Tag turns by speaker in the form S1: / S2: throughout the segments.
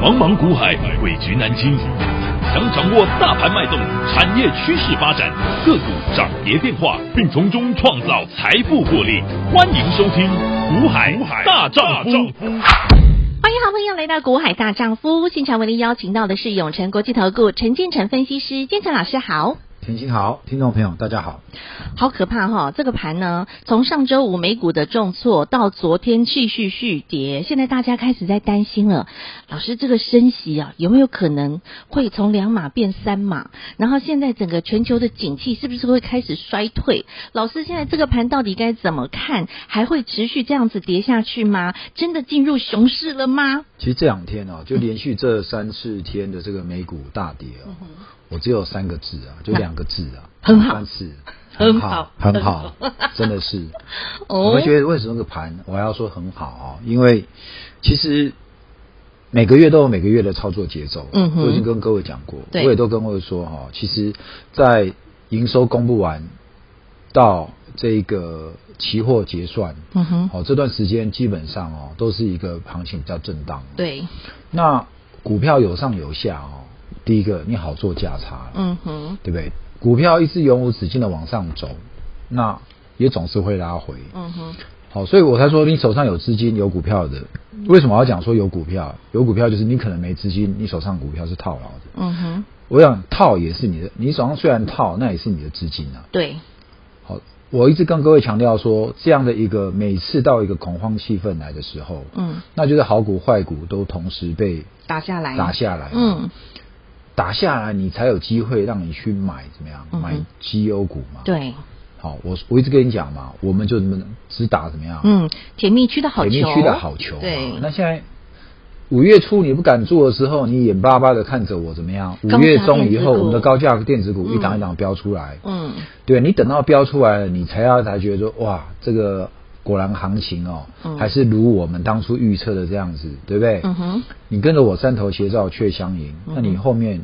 S1: 茫茫股海，诡局难清。想掌握大盘脉动、产业趋势发展、个股涨跌变化，并从中创造财富获利，欢迎收听《股海大丈夫》。
S2: 欢迎好朋友来到《股海大丈夫》现场，为您邀请到的是永诚国际投顾陈建成分析师，建成老师好。
S3: 田心好，听众朋友大家好。
S2: 好可怕哈、这个盘呢，从上周五美股的重挫到昨天继续续跌，现在大家开始在担心了。老师，这个升息啊，有没有可能会从两码变三码？然后现在整个全球的景气是不是会开始衰退？老师，现在这个盘到底该怎么看？还会持续这样子跌下去吗？真的进入熊市了吗？
S3: 其实这两天哦，就连续这三四天的这个美股大跌哦，我只有三个字啊，就两个字啊，
S2: 很好
S3: 三次，
S2: 很好
S3: 好，很好，真的是。我
S2: 哦
S3: 会觉得为什么这个盘我要说很好哦？因为其实每个月都有每个月的操作节奏，啊
S2: 嗯哼
S3: 我已经跟各位讲过，我
S2: 对
S3: 也都跟各位说哈、哦，其实，在营收公布完到这个期货结算，
S2: 嗯哼，
S3: 哦，这段时间基本上哦，都是一个行情比较震荡。
S2: 对，
S3: 那股票有上有下哦，第一个你好做价差，，
S2: 嗯哼，
S3: 对不对？股票一直永无止境的往上走，那也总是会拉回。
S2: 嗯哼，
S3: 好、所以我才说你手上有资金有股票的，为什么我要讲说有股票？有股票就是你可能没资金，你手上股票是套牢的。
S2: 嗯哼，
S3: 我想套也是你的，你手上虽然套，那也是你的资金啊。
S2: 对，
S3: 好，我一直跟各位强调说，这样的一个每次到一个恐慌气氛来的时候，
S2: 嗯，
S3: 那就是好股坏股都同时被
S2: 打下来，
S3: 打下来，，
S2: 嗯，
S3: 打下来你才有机会让你去买怎么样？
S2: 嗯哼
S3: 买绩优股嘛。，
S2: 对，
S3: 好，我我一直跟你讲嘛，我们就怎么能只打怎么样？，
S2: 嗯，甜蜜区的好
S3: 甜
S2: 球，
S3: 蜜区的好球嘛。啊
S2: 对，
S3: 那现在。五月初你不敢做的时候，你眼巴巴的看着我怎么样？五
S2: 高价
S3: 月中以
S2: 电子
S3: 后，
S2: 股
S3: 我们的高价电子股一档
S2: 嗯
S3: 一档飙出来，
S2: 嗯，
S3: 对你等到标出来了，你才要才觉得说，哇，这个果然行情哦，
S2: 嗯
S3: 还是如我们当初预测的这样子，对不对？
S2: 嗯哼，
S3: 你跟着我山头斜照却相迎，
S2: 嗯哼
S3: 那你后面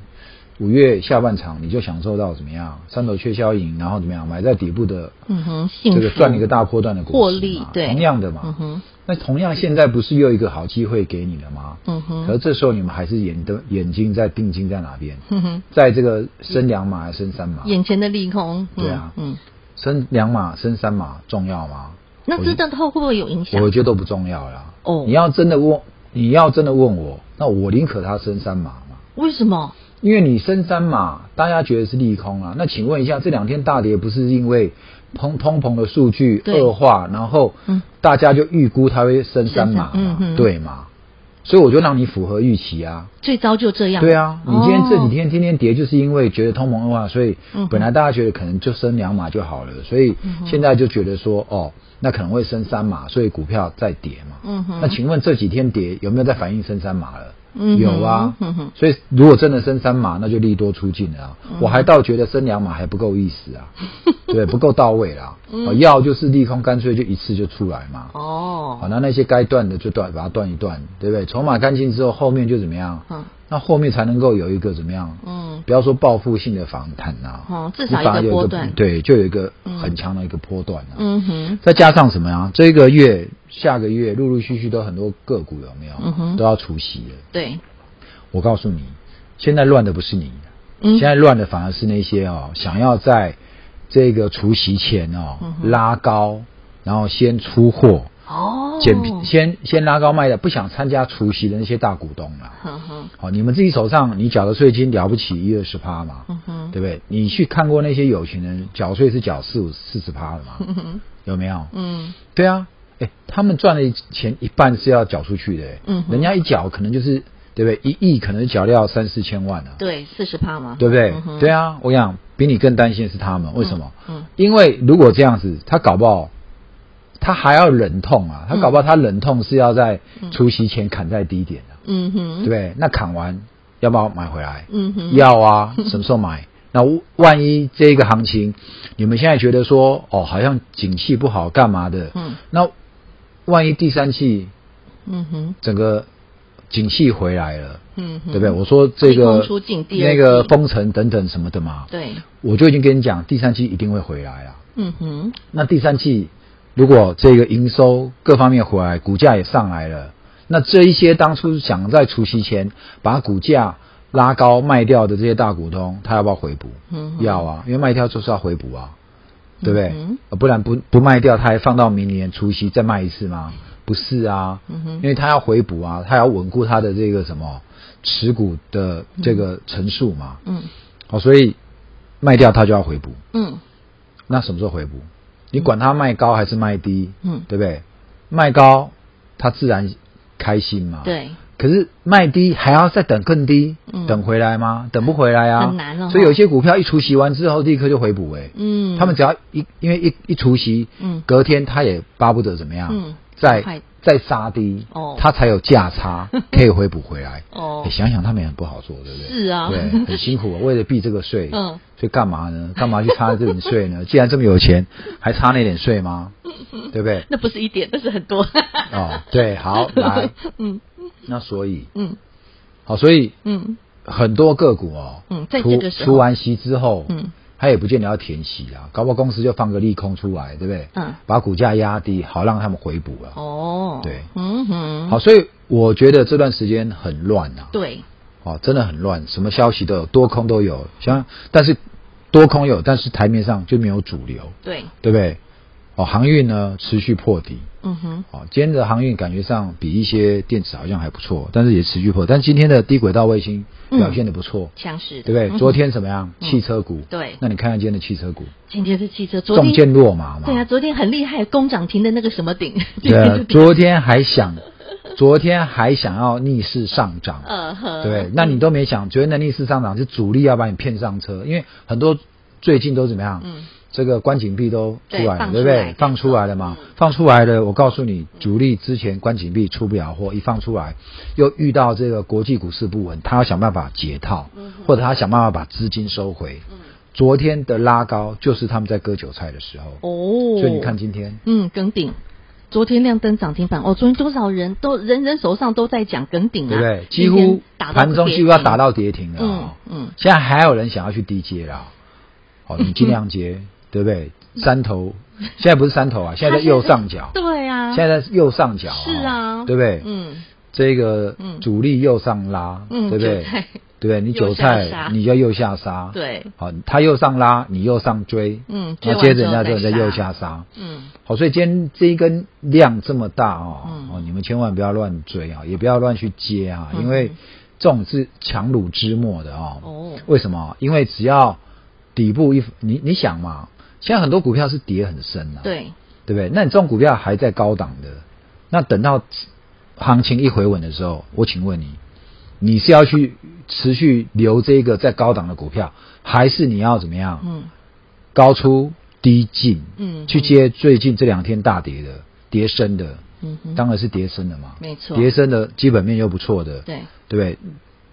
S3: 五月下半场你就享受到怎么样山头却相迎，然后怎么样买在底部的，
S2: 嗯哼幸福
S3: 这个赚一个大波段的果实
S2: 获利
S3: 嘛
S2: 对
S3: 同样的
S2: 嗯
S3: 嘛，
S2: 哼，
S3: 那同样现在不是又一个好机会给你了吗？
S2: 嗯
S3: 可是
S2: 哼，
S3: 这时候你们还是眼的眼睛在定睛在哪边？
S2: 嗯哼，
S3: 在这个升两码还是升三码？
S2: 眼前的利空，嗯
S3: 对啊
S2: 嗯，
S3: 升两码、升三码重要吗？
S2: 那这段后会不会有影响
S3: 我？觉得都不重要啦。
S2: 哦
S3: 你要真的问，你要真的问我，那我宁可它升三码嘛，
S2: 为什么？
S3: 因为你升三码，大家觉得是利空啊。那请问一下，这两天大跌不是因为通通膨的数据
S2: 对
S3: 恶化，然后
S2: 嗯
S3: 大家就预估它会升三码嘛，
S2: 升三嗯嗯
S3: 对嘛？所以我就让你符合预期啊。
S2: 最糟就这样，
S3: 对啊，你今天这
S2: 哦
S3: 几天天天跌，就是因为觉得通膨的话，所以
S2: 嗯哼
S3: 本来大家觉得可能就升两码就好了，所以
S2: 嗯哼
S3: 现在就觉得说，哦，那可能会升三码，所以股票再跌嘛。
S2: 嗯哼
S3: 那请问这几天跌有没有在反映升三码了？
S2: 嗯哼
S3: 有啊
S2: 嗯哼。
S3: 所以如果真的升三码，那就利多出尽了啊
S2: 嗯。
S3: 我还倒觉得升两码还不够意思 啊，对，不够到位啦。
S2: 嗯
S3: 哦要就是利空，干脆就一次就出来嘛。好，
S2: 哦，
S3: 那那些该断的就断，把它断一断，对不对？筹码干净之后，后面就怎么样？
S2: 嗯
S3: 那后面才能够有一个怎么样？
S2: 嗯
S3: 不要说报复性的反弹啊，
S2: 哦至
S3: 你
S2: 少一
S3: 反而
S2: 个
S3: 有
S2: 波段
S3: 对，就有一个
S2: 嗯
S3: 很强的一个波段啊。
S2: 嗯哼，
S3: 再加上什么呀？这个月、下个月陆陆续续都很多个股有没有？
S2: 嗯哼
S3: 都要除息了。
S2: 对，
S3: 我告诉你，现在乱的不是你，
S2: 嗯
S3: 现在乱的反而是那些哦，想要在这个除息前哦、
S2: 嗯哼
S3: 拉高，然后先出货，
S2: 哦，
S3: 捡便先先拉高卖的，不想参加除夕的那些大股东啦。
S2: 哼哼，
S3: 好，你们自己手上你缴的税金了不起一二十趴嘛，
S2: 嗯哼，
S3: 对不对？你去看过那些有钱人缴税是缴四五四十趴的嘛，
S2: 嗯哼，
S3: 有没有？
S2: 嗯
S3: 对啊，哎，他们赚的钱一半是要缴出去的，
S2: 嗯哼
S3: 人家一缴可能就是对不对？一亿可能缴掉三四千万啊，
S2: 对，四十趴嘛，
S3: 对不对
S2: 嗯？哼
S3: 对，啊，我想比你更担心的是他们，为什么？
S2: 嗯，
S3: 因为如果这样子，他搞不好他还要忍痛啊，他搞不好他忍痛是要在
S2: 嗯
S3: 除夕前砍在低点的、啊
S2: 嗯
S3: 对
S2: 哼，
S3: 不，对？那砍完要不要买回来？
S2: 嗯哼，
S3: 要啊，什么时候买？那万一这个行情，你们现在觉得说哦，好像景气不好，干嘛的？
S2: 嗯
S3: 那万一第三季
S2: 嗯哼，
S3: 整个景气回来了，
S2: 嗯哼，
S3: 对不对？我说这
S2: 利空
S3: 个
S2: 出尽第二
S3: 那个
S2: 季
S3: 封城等等什么的嘛，
S2: 对，
S3: 我就已经跟你讲，第三季一定会回来啊。
S2: 嗯哼，
S3: 那第三季如果这个营收各方面回来，股价也上来了，那这一些当初想在除夕前把股价拉高卖掉的这些大股东，他要不要回补？
S2: 嗯哼嗯
S3: 要啊，因为卖掉就是要回补啊，对不对？
S2: 嗯哼
S3: 呃不然不不卖掉，他还放到明年除夕再卖一次吗？不是啊，
S2: 嗯哼
S3: 因为他要回补啊，他要稳固他的这个什么持股的这个层数嘛。
S2: 嗯
S3: 好、所以卖掉他就要回补。
S2: 嗯
S3: 那什么时候回补？你管他卖高还是卖低，
S2: 嗯，
S3: 对不对？卖高，他自然开心嘛。。
S2: 对，
S3: 可是卖低还要再等更低，
S2: 嗯
S3: 等回来吗？等不回来啊，
S2: 很难哦
S3: 所以有些股票一除息完之后，立刻就回补哎、
S2: 嗯，
S3: 他们只要一因为一一除息，
S2: 嗯
S3: 隔天他也巴不得怎么样，
S2: 嗯快
S3: 再再杀低，
S2: 哦
S3: 他才有价差 可以回补回来。
S2: 哦
S3: 欸，想想他们也很不好做，对不对？
S2: 是啊
S3: 对，很辛苦、为了避这个税，
S2: 嗯，
S3: 所以干嘛呢？干嘛去差这点税呢？既 然这么有钱，还差那点税 吗？对不对？
S2: 那不是一点，那是很多。
S3: 哦，对，好，来，
S2: 嗯
S3: 那所以，
S2: 嗯
S3: 好，所以
S2: 嗯
S3: 很多个股哦，
S2: 嗯在
S3: 除
S2: 这个时候
S3: 除完息之后，
S2: 嗯，
S3: 它也不见得要填息啊，搞不好公司就放个利空出来，对不对？
S2: 嗯，
S3: 把股价压低，好让他们回补啊。
S2: 哦，
S3: 对
S2: 嗯哼，
S3: 好，，所以我觉得这段时间很乱啊，
S2: 对，
S3: 哦，真的很乱，什么消息都有，多空都有，像但是多空有，但是台面上就没有主流，
S2: 对，
S3: 对不对？哦，航运呢持续破底，
S2: 嗯哼，
S3: 哦，今天的航运感觉上比一些电子好像还不错，但是也持续破，但今天的低轨道卫星表现的不错，
S2: 像是的
S3: 对不
S2: 嗯
S3: 对？
S2: 哼
S3: 昨天怎么样？汽车股。
S2: 对
S3: 那你看看今天的汽车股，
S2: 今天是汽车，昨
S3: 中箭
S2: 天
S3: 落马嘛。
S2: 对啊，昨天很厉害，工涨停的那个什么顶，
S3: 对
S2: 今天
S3: 啊
S2: 就
S3: 昨天还想，昨天还想要逆势上涨，
S2: 呃呵，
S3: 对，那你都没想，昨天的逆势上涨是主力要把你骗上车，因为很多最近都怎么样？
S2: 嗯
S3: 这个关紧闭都出来
S2: 对
S3: 了，对不对？
S2: 放
S3: 放
S2: 出
S3: 出
S2: 来
S3: 来
S2: 对
S3: 了嘛
S2: 嗯？
S3: 放出来了，我告诉你，主力之前关紧闭出不了货，一放出来又遇到这个国际股市不稳，他要想办法解套，
S2: 嗯
S3: 或者他想办法把资金收回。昨天的拉高就是他们在割韭菜的时候，
S2: 哦，
S3: 所以你看今天。
S2: 嗯，耿鼎，昨天亮灯涨停板，哦，昨天多少人都人人手上都在讲耿鼎啊，
S3: 对不对？
S2: 今
S3: 几
S2: 天
S3: 乎
S2: 打到嗯
S3: 盘中
S2: 跌
S3: 几乎要
S2: 停
S3: 打，到跌停了、哦。
S2: 嗯嗯
S3: 现在还有人想要去低接啦， 哦，你尽量接，对不对？山头现在不是山头啊，现在在右上角，
S2: 对啊，
S3: 现在在右上角、哦，
S2: 是啊，
S3: 对不对？
S2: 嗯，
S3: 这个
S2: 嗯
S3: 主力右上拉，
S2: 嗯
S3: 对不
S2: 韭
S3: 对
S2: 菜？
S3: 对不对？你
S2: 右
S3: 韭
S2: 下杀
S3: 菜你就右下杀，
S2: 对，
S3: 好，他右上拉，你右上追，
S2: 嗯追
S3: 那
S2: 完
S3: 接着
S2: 之后
S3: 人家就
S2: 再
S3: 在右
S2: 杀
S3: 下杀，
S2: 嗯
S3: 好，所以今天这一根量这么大哦，
S2: 嗯
S3: 哦，你们千万不要乱追啊，也不要乱去接啊，
S2: 嗯
S3: 因为这种是强弩之末的哦。
S2: 哦
S3: 为什么？因为只要底部一，你你想嘛，现在很多股票是跌很深啊，
S2: 对，
S3: 对不对？那你这种股票还在高档的，那等到行情一回稳的时候，我请问你，你是要去持续留这个在高档的股票，还是你要怎么样？
S2: 嗯
S3: 高出低进，
S2: 嗯
S3: 去接最近这两天大跌的、跌升的，
S2: 嗯哼，
S3: 当然是跌升的嘛，
S2: 没错
S3: 跌升的基本面又不错的，
S2: 对，
S3: 对不对？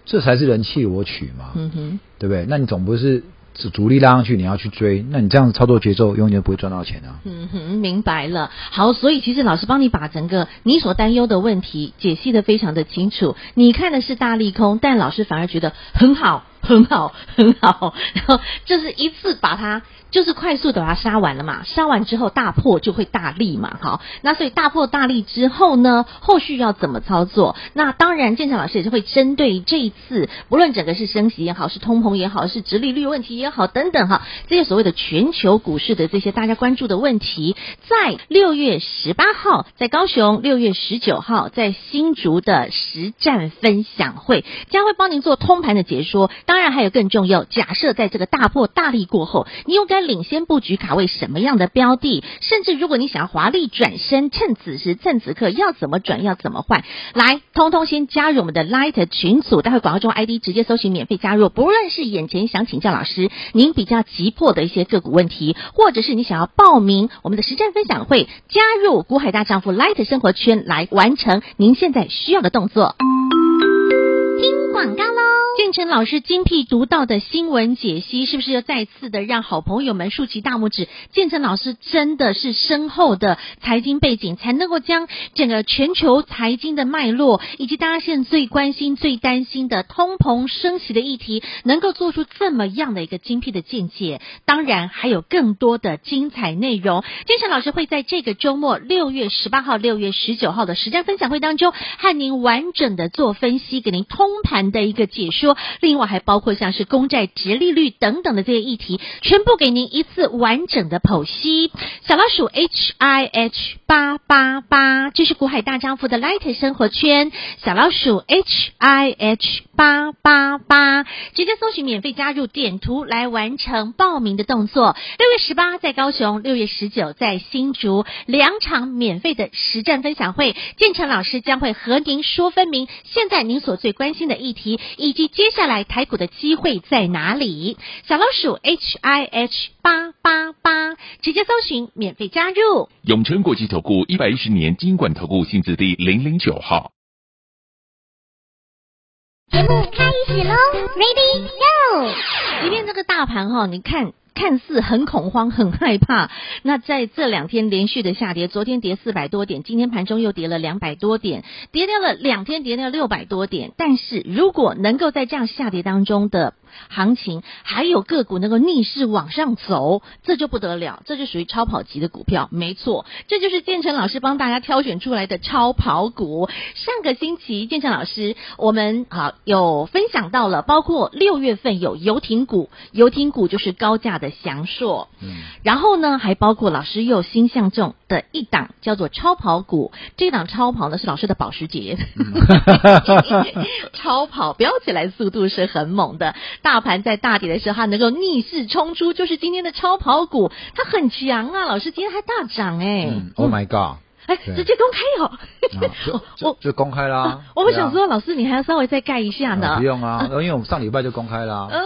S3: 这才是人气我取嘛，
S2: 嗯哼，
S3: 对不对？那你总不是主主力拉上去，你要去追，那你这样操作节奏永远不会赚到钱啊。
S2: 嗯哼，明白了。好，所以其实老师帮你把整个你所担忧的问题解析的非常的清楚。你看的是大利空，但老师反而觉得很好， 很好，很好。然后就是一次把它，就是快速的把它杀完了嘛。杀完之后大破就会大利嘛。好，那所以大破大利之后呢，后续要怎么操作？那当然，建强老师也是会针对这一次，不论整个是升息也好，是通膨也好，是直利率问题也好，等等哈，这些所谓的全球股市的这些大家关注的问题，在六月十八号在高雄，六月十九号在新竹的实战分享会，将会帮您做通盘的解说。当然，还有更重要，假设在这个大破大利过后，你又该领先布局卡位什么样的标的？甚至如果你想要华丽转身，趁此时趁此刻要怎么转，要怎么换？来，通通先加入我们的 Light 群组，待会广告中 ID 直接搜寻免费加入。不论是眼前想请教老师您比较急迫的一些个股问题，或者是你想要报名我们的实战分享会，加入股海大丈夫 Light 生活圈来完成您现在需要的动作。听
S4: 广告喽。
S2: 建成老师精辟独到的新闻解析，是不是又再次的让好朋友们竖起大拇指？建成老师真的是深厚的财经背景，才能够将整个全球财经的脉络，以及大家现在最关心、最担心的通膨升息的议题，能够做出这么样的一个精辟的见解。当然，还有更多的精彩内容。建成老师会在这个周末六月十八号、六月十九号的实战分享会当中，和您完整的做分析，给您通盘的一个解说。另外，还包括像是公债、值利率等等的这些议题，全部给您一次完整的剖析。小老鼠 H I H 八八八，这是股海大丈夫的 Light 生活圈。小老鼠 H I H 八八八，直接搜寻免费加入点图来完成报名的动作。六月十八在高雄，六月十九在新竹，两场免费的实战分享会，建成老师将会和您说分明现在您所最关心的议题，以及接下来台股的机会在哪里。小老鼠 H I H 八八八，直接搜寻免费加入。
S1: 永诚国际投顾一百一十年金管投顾性质第零零九号。
S4: 节目开始喽，Ready Go！
S2: 今天这个大盘哈、你看。看似很恐慌、很害怕，那在这两天连续的下跌，昨天跌四百多点，今天盘中又跌了两百多点，跌掉了两天，跌掉六百多点。但是如果能够在这样下跌当中的行情，还有个股能够逆势往上走，这就不得了，这就属于超跑级的股票，没错，这就是建成老师帮大家挑选出来的超跑股。上个星期建成老师我们好有分享到了，包括六月份有游艇股，游艇股就是高价的翔硕，
S3: 嗯，
S2: 然后呢，还包括老师又有新相中的一档叫做超跑股，这档超跑呢是老师的保时捷，超跑飙起来速度是很猛的，大盘在大跌的时候它能够逆势冲出，就是今天的超跑股，它很强啊，老师今天还大涨哎、
S3: 嗯，Oh my God！
S2: 哎，
S3: 对
S2: 直接公开哦！
S3: 啊就
S2: 我
S3: 就就公开啦。
S2: 我们
S3: 对啊
S2: 想说，老师你还要稍微再盖一下
S3: 啊
S2: 呢
S3: 不。用啊，因为我们上礼拜就公开啦。
S2: 嗯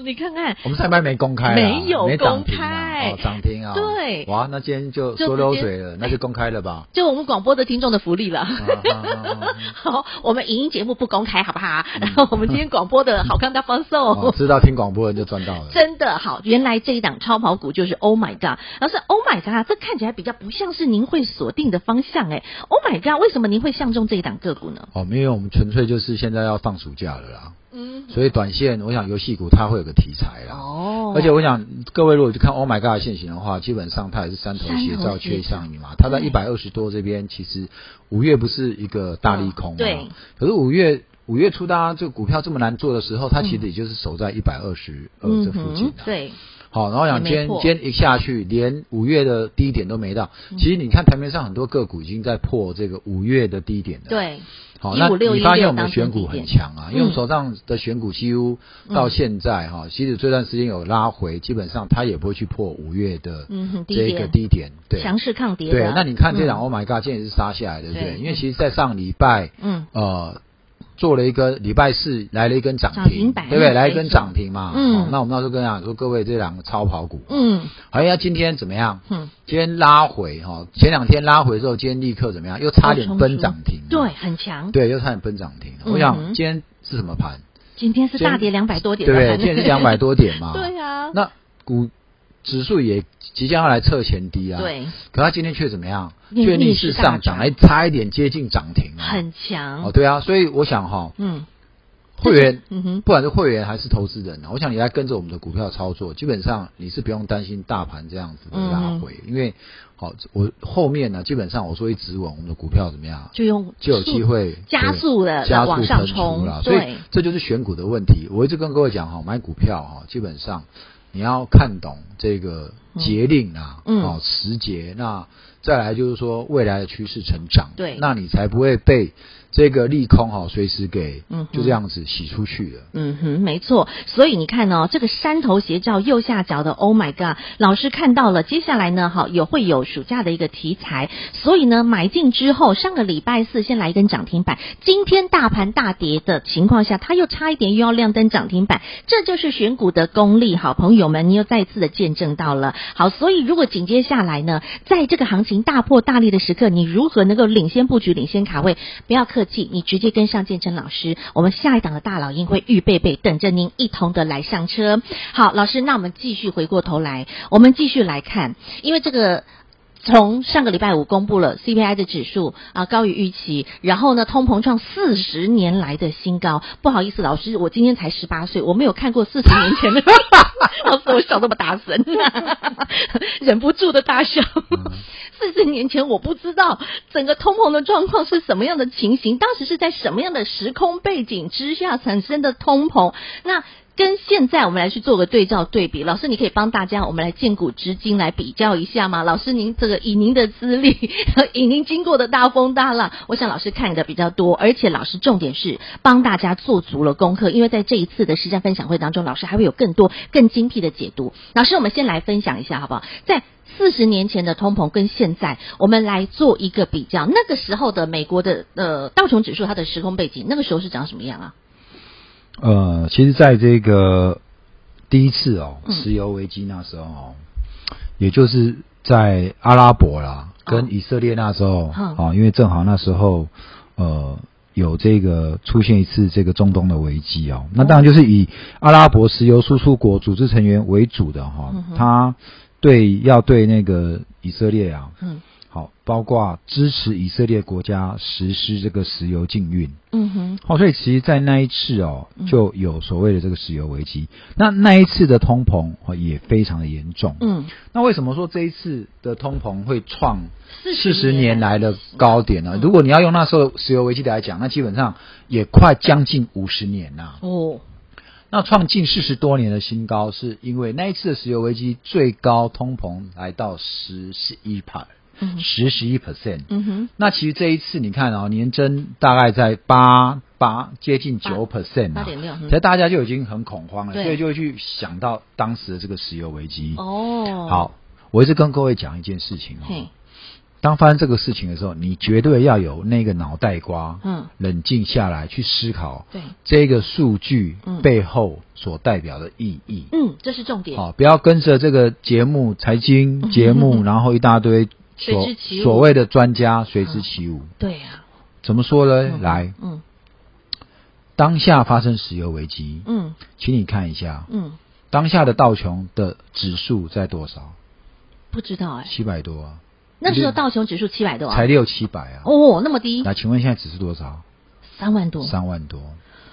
S2: 哼，你看看，
S3: 我们上礼拜没公开啊，
S2: 没有
S3: 没涨
S2: 公
S3: 停啊
S2: 开
S3: 哦，涨停啊，
S2: 对
S3: 哇，那今天就
S2: 就
S3: 说漏
S2: 直接。
S3: 水了，那就公开了吧
S2: 就我们广播的听众的福利了。
S3: 啊啊啊 啊
S2: 好，我们影音节目不公开，好不好？然后我们今天广播的好康大放送
S3: 嗯哦，。知道听广播的人就赚到了。
S2: 真的好，原来这一档超跑股就是 Oh my God，老师 Oh my God，这看起来比较不像是您会锁定的方向哎，Oh my God，为什么您会相中这一档个股呢？
S3: 哦，因为我们纯粹就是现在要放暑假了啦，
S2: 嗯，
S3: 所以短线我想游戏股它会有个题材啦。
S2: 哦，
S3: 而且我想各位如果去看 Oh My God 的现形的话，基本上它也是三头斜
S2: 三头
S3: 照
S2: 斜
S3: 缺
S2: 照
S3: 上影嘛。它在
S2: 对
S3: 一百二十多这边，其实五月不是一个大利空嘛、
S2: 嗯对。
S3: 可是五月五月初大家就股票这么难做的时候，它其
S2: 嗯
S3: 实也就是守在一百二十二
S2: 嗯
S3: 这附近、
S2: 哼
S3: 啊，
S2: 对，
S3: 好，然后
S2: 也
S3: 讲
S2: 没
S3: 今天
S2: 破嗯
S3: 今天一下去，连五月的低点都没到。其实你看台面上很多个股已经在破这个五月的低点的。。
S2: 对，
S3: 好，
S2: 156
S3: 那你发现我们
S2: 当
S3: 的
S2: 成
S3: 选
S2: 低
S3: 股
S2: 点
S3: 很强啊，因为我们手上的选股几乎到
S2: 嗯
S3: 现在哈，其实这段时间有拉回，基本上它也不会去破五月的
S2: 嗯哼低
S3: 这个
S2: 点
S3: 低点，对
S2: 强势抗跌的。
S3: 对。那你看这档
S2: 嗯
S3: Oh my God，今天也是杀下来，对不
S2: 对
S3: 对？因为其实，在上礼拜
S2: 嗯
S3: 呃，做了一个礼拜四来了一根涨
S2: 涨停
S3: 停，
S2: 板嗯
S3: 对不对？来一
S2: 没
S3: 根
S2: 错
S3: 涨停嘛，
S2: 嗯
S3: 哦那我们那时候跟大家讲说，各位这两个超跑股，
S2: 嗯
S3: 好像今天怎么样？
S2: 哼，
S3: 今天拉回哈，哦前两天拉回之后，今天立刻怎么样？又差
S2: 冲
S3: 点
S2: 出
S3: 奔涨停，
S2: 对，很强。
S3: 对，又差点奔涨停。我
S2: 嗯
S3: 想
S2: 哼
S3: 今天是什么盘？
S2: 今天是
S3: 今天
S2: 大跌两百多
S3: 对
S2: 点
S3: 不
S2: 的
S3: 对？
S2: 盘，
S3: 今天是两百多点嘛。
S2: 对啊，
S3: 那股指数也即将要来测前低啊。。
S2: 对，
S3: 可它今天却怎么样？
S2: 逆
S3: 却逆
S2: 势
S3: 势
S2: 大
S3: 上涨，
S2: 涨
S3: 还差一点接近涨停啊。
S2: 很
S3: 哦，
S2: 强。
S3: 对啊，所以我想哈、
S2: 嗯
S3: 会员，
S2: 嗯哼，
S3: 不管是会员还是投资人啊，我想你来跟着我们的股票操作，基本上你是不用担心大盘这样子的拉回，
S2: 嗯
S3: 因为好、我后面呢，基本上我说一直稳，我们的股票怎么样，
S2: 就用
S3: 就有机会
S2: 加
S3: 对
S2: 速的
S3: 加速
S2: 往上
S3: 喷出
S2: 冲
S3: 啦，所以
S2: 对，
S3: 这就是选股的问题。我一直跟各位讲哈，买股票哈，基本上你要看懂这个节令啊，
S2: 嗯
S3: 哦，时节，那再来就是说未来的趋势成长，
S2: 对
S3: 那你才不会被这个利空哈随时给
S2: 嗯哼
S3: 就这样子洗出去了。
S2: 嗯哼，没错。所以你看哦，这个山头斜照右下角的 Oh my God，老师看到了。接下来呢，哈，有会有暑假的一个题材，所以呢，买进之后，上个礼拜四先来一根涨停板，今天大盘大跌的情况下，它又差一点又要亮灯涨停板，这就是选股的功力。好朋友们，你又再次的见证到了。好，所以如果紧接下来呢，在这个行情。群大破大立的时刻，你如何能够领先布局、领先卡位？不要客气，你直接跟上建真老师，我们下一档的大老鹰会预备备，等着您一同的来上车。好，老师，那我们继续回过头来，我们继续来看，因为这个。从上个礼拜五公布了 CPI 的指数啊、高于预期，然后呢通膨创四十年来的新高。不好意思，老师，我今天才十八岁，我没有看过四十年前的，老师我笑这么大声， 忍不住的大笑。四十年前我不知道整个通膨的状况是什么样的情形，当时是在什么样的时空背景之下产生的通膨？那跟现在我们来去做个对照对比，老师，你可以帮大家我们来见古知今来比较一下吗？老师，您这个以您的资历， 以您经过的大风大浪，我想老师看的比较多，而且老师重点是帮大家做足了功课，因为在这一次的实战分享会当中，老师还会有更多更精辟的解读。老师，我们先来分享一下好不好？在四十年前的通膨跟现在，我们来做一个比较。那个时候的美国的呃道琼指数，它的时空背景，那个时候是长什么样啊？
S3: 呃，其实在这个第一次哦，
S2: 嗯
S3: 石油危机那时候哦，也就是在阿拉伯啦，
S2: 哦
S3: 跟以色列那时候啊、
S2: 嗯
S3: 因为正好那时候呃有这个出现一次这个中东的危机哦，那当然就是以阿拉伯石油输出国组织成员为主的哈、
S2: 嗯哼
S3: 他对要对那个以色列啊，
S2: 嗯
S3: 好，包括支持以色列国家实施这个石油禁运。
S2: 嗯哼
S3: 哦，所以其实，在那一次哦
S2: 嗯，
S3: 就有所谓的这个石油危机。那那一次的通膨哦也非常的严重。
S2: 嗯，
S3: 那为什么说这一次的通膨会创四
S2: 40
S3: 十年来的高点呢
S2: 嗯？
S3: 如果你要用那时候的石油危机来讲，那基本上也快将近五十年啦。
S2: 哦，
S3: 那创近四十多年的新高，是因为那一次的石油危机最高通膨来到十十一 p
S2: 嗯
S3: 十十一 percent。
S2: 嗯哼，
S3: 那其实这一次你看啊、年增大概在八八接近九 percent
S2: 八
S3: 啊，
S2: 点六，嗯
S3: 所以大家就已经很恐慌了，
S2: 对
S3: 所以就会去想到当时的这个石油危机。
S2: 哦，，
S3: 好，我一直跟各位讲一件事情哦
S2: 嘿，，
S3: 当发生这个事情的时候，你绝对要有那个脑袋瓜，
S2: 嗯，
S3: 冷静下来去思考
S2: 对，
S3: 这个数据
S2: 嗯
S3: 背后所代表的意义。
S2: 嗯，这是重点，
S3: 好、不要跟着这个节目、财经节目，然后一大堆所
S2: 嗯随之起舞
S3: 所谓的专家随之起舞。
S2: 对啊，
S3: 怎么说呢？
S2: 嗯
S3: 来，
S2: 嗯
S3: 当下发生石油危机，
S2: 嗯
S3: 请你看一下
S2: 嗯，
S3: 当下的道琼的指数在多少？
S2: 不知道哎，
S3: 七百多啊，
S2: 那时候道琼指数七百多啊
S3: 才，六七百啊。
S2: 哦，那么低，
S3: 来，请问现在指数多少？
S2: 三万多，
S3: 三万多。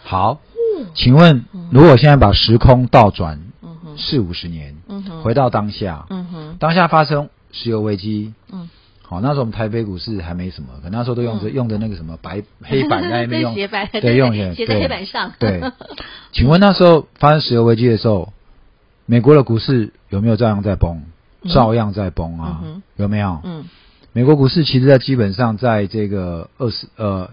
S3: 好，
S2: 哦
S3: 请问如果现在把时空倒转
S2: 嗯哼，
S3: 四五十年，
S2: 嗯哼，
S3: 回到当下，
S2: 嗯哼，
S3: 当下发生石油危机，
S2: 嗯，
S3: 好，那时候我们台北股市还没什么，可那时候都用着、用的那个什么白黑板在那 边用，
S2: 斜板，
S3: 对，用起来
S2: 写在
S3: 对
S2: 黑板上，
S3: 对， 请问那时候发生石油危机的时候，美国的股市有没有照样在崩？
S2: 嗯
S3: 照样在崩啊，
S2: 嗯哼
S3: 有没有？
S2: 嗯
S3: 美国股市其实在基本上在这个二十呃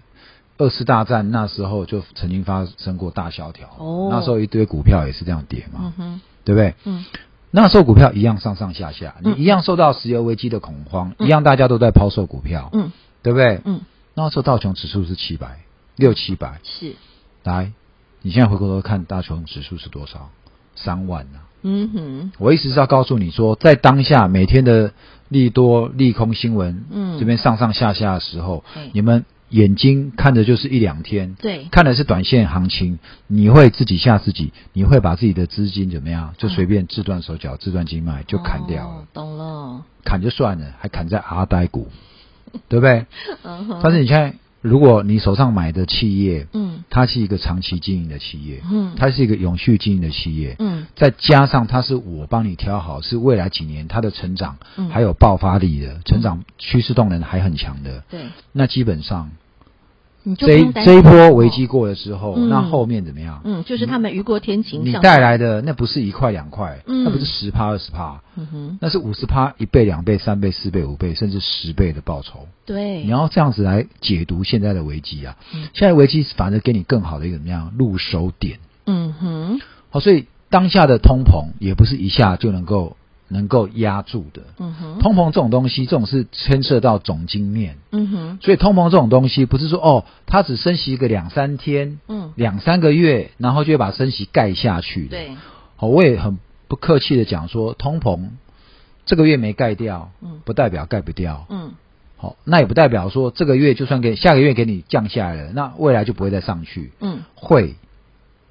S3: 二次大战那时候就曾经发生过大萧条，
S2: 哦
S3: 那时候一堆股票也是这样跌嘛，
S2: 嗯哼，
S3: 对不对？
S2: 嗯
S3: 那时候股票一样上上下下，
S2: 嗯
S3: 你一样受到石油危机的恐慌，
S2: 嗯
S3: 一样大家都在抛售股票，
S2: 嗯
S3: 对不对？
S2: 嗯，
S3: 那时候道琼指数是七百六七百，
S2: 是，
S3: 来，你现在回过头看大琼指数是多少？三万啊！
S2: 嗯哼，
S3: 我意思是要告诉你说，在当下每天的利多利空新闻，
S2: 嗯
S3: 这边上上下下的时候
S2: 对，
S3: 你们眼睛看着就是一两天，
S2: 对，
S3: 看的是短线行情，你会自己吓自己，你会把自己的资金怎么样，就随便自断手脚、自断经脉就砍掉了，
S2: 哦，懂了，
S3: 砍就算了，还砍在阿呆股，对不对？
S2: 嗯哼，
S3: 但是你现在，如果你手上买的企业，
S2: 嗯
S3: 它是一个长期经营的企业，
S2: 嗯
S3: 它是一个永续经营的企业，
S2: 嗯
S3: 再加上它是我帮你挑好，是未来几年它的成长
S2: 嗯，
S3: 还有爆发力的，成长趋势动能还很强的，
S2: 对，
S3: 那基本上
S2: 你就不
S3: 这一
S2: 用担
S3: 这一
S2: 心
S3: 波
S2: 哦
S3: 危机，过了之后，
S2: 嗯
S3: 那后面怎么样？
S2: 嗯，就是他们雨过天晴，
S3: 嗯你
S2: 像
S3: 带，来的那不是一块两块，
S2: 嗯
S3: 那不是十趴二十趴，
S2: 嗯哼，
S3: 那是五十趴一倍两倍三倍四倍五倍甚至十倍的报酬。
S2: 对，
S3: 你要这样子来解读现在的危机啊
S2: 嗯，
S3: 现在危机反而给你更好的一个怎么样入手点。
S2: 嗯哼，
S3: 好，所以当下的通膨也不是一下就能够能够压住的。
S2: 嗯哼，
S3: 通膨这种东西，这种是牵涉到总经面，
S2: 嗯哼，
S3: 所以通膨这种东西不是说哦，它只升息个两三天、
S2: 嗯，
S3: 两三个月，然后就会把升息盖下去的。
S2: 对，
S3: 好，我也很不客气的讲说，通膨这个月没盖掉
S2: 嗯，
S3: 不代表盖不掉。
S2: 嗯
S3: 好，那也不代表说这个月就算给下个月给你降下来了，那未来就不会再上去。
S2: 嗯
S3: 会，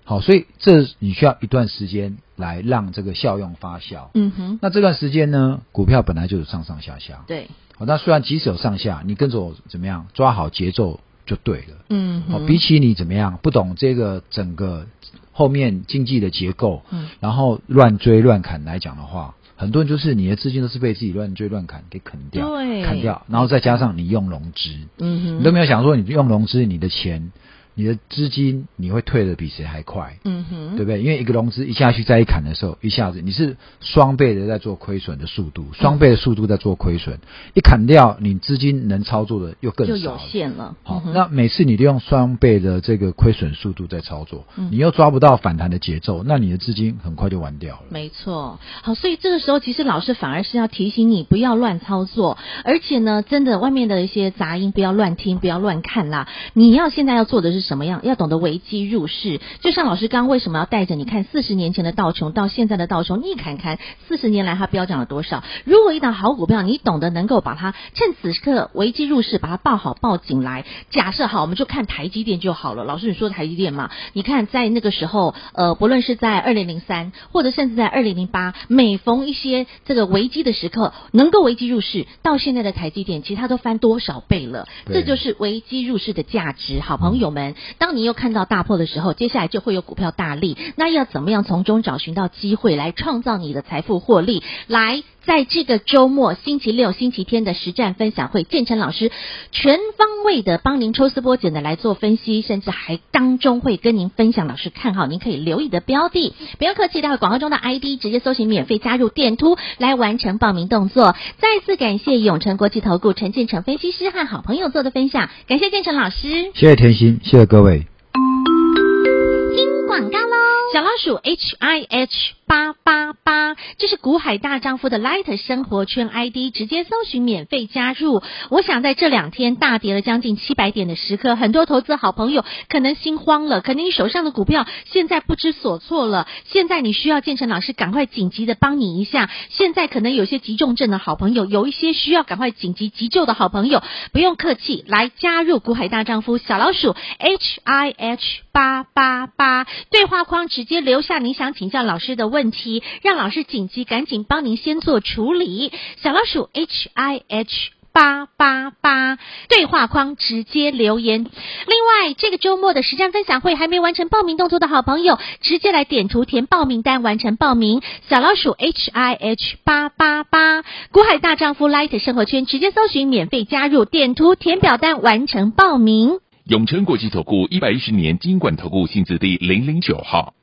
S3: 好，所以这你需要一段时间来让这个效用发酵。
S2: 嗯哼，
S3: 那这段时间呢，股票本来就有上上下下。
S2: 对，
S3: 好，那虽然即使有上下，你跟着我怎么样抓好节奏就对了。
S2: 嗯
S3: 好，
S2: 哼
S3: 哦比起你怎么样不懂这个整个后面经济的结构，
S2: 嗯
S3: 然后乱追乱砍来讲的话，很多人就是你的资金都是被自己乱追乱砍给啃掉，
S2: 对
S3: 砍掉，然后再加上你用融资，
S2: 嗯哼，
S3: 你都没有想说你用融资，你的钱、你的资金你会退的比谁还快，
S2: 嗯哼，
S3: 对不对？因为一个融资一下去再一砍的时候，一下子你是双倍的在做亏损的速度，双倍的速度在做亏损，一砍掉你资金能操作的又更
S2: 就
S3: 少
S2: 有
S3: 了。
S2: 限了。
S3: 好
S2: 嗯，哼
S3: 那每次你利用双倍的这个亏损速度在操作，
S2: 嗯
S3: 你又抓不到反弹的节奏，那你的资金很快就完掉了。
S2: 没错，好，所以这个时候其实老师反而是要提醒你不要乱操作，而且呢，真的外面的一些杂音不要乱听，不要乱看啦。你要现在要做的是什么样？要懂得危机入市。就像老师刚刚为什么要带着你看四十年前的道琼到现在的道琼，你看看四十年来它飙涨了多少？如果一档好股票，你懂得能够把它趁此刻危机入市，把它抱好抱紧来。假设好，我们就看台积电就好了。老师，你说台积电嘛？你看在那个时候，呃，不论是在二零零三，或者甚至在二零零八，每逢一些这个危机的时刻，能够危机入市，到现在的台积电，其实它都翻多少倍了？这
S3: 对
S2: 就是危机入市的价值。好朋友们，当你又看到大破的时候，接下来就会有股票大利。那要怎么样从中找寻到机会来创造你的财富获利？来，在这个周末星期六、星期天的实战分享会，建成老师全方位的帮您抽丝剥茧的来做分析，甚至还当中会跟您分享老师看好您可以留意的标的。不要客气，待会广告中的 ID 直接搜寻免费加入电突来完成报名动作。再次感谢永诚国际投顾陈建成分析师和好朋友做的分享，感谢建成老师。
S3: 谢谢甜心，谢谢各位。
S4: 听广告喽。
S2: 小老鼠 H I H 八八八，这是股海大丈夫的 Light 生活圈 ID，直接搜寻免费加入。我想在这两天大跌了将近七百点的时刻，很多投资好朋友可能心慌了，可能你手上的股票现在不知所措了。现在你需要建成老师赶快紧急的帮你一下。现在可能有些急重症的啊好朋友，有一些需要赶快紧急急救的好朋友，不用客气，来加入股海大丈夫小老鼠 H I H 八八八对话框，直接留下您想请教老师的问题，让老师紧急赶紧帮您先做处理。小老鼠 H I H。八八八对话框直接留言。另外，这个周末的实战分享会还没完成报名动作的好朋友，直接来点图填报名单完成报名。小老鼠 H I H 八八八，股海大丈夫 Light 生活圈直接搜寻免费加入，点图填表单完成报名。
S1: 永诚国际投顾一百一十年金管投顾性质第零零九号。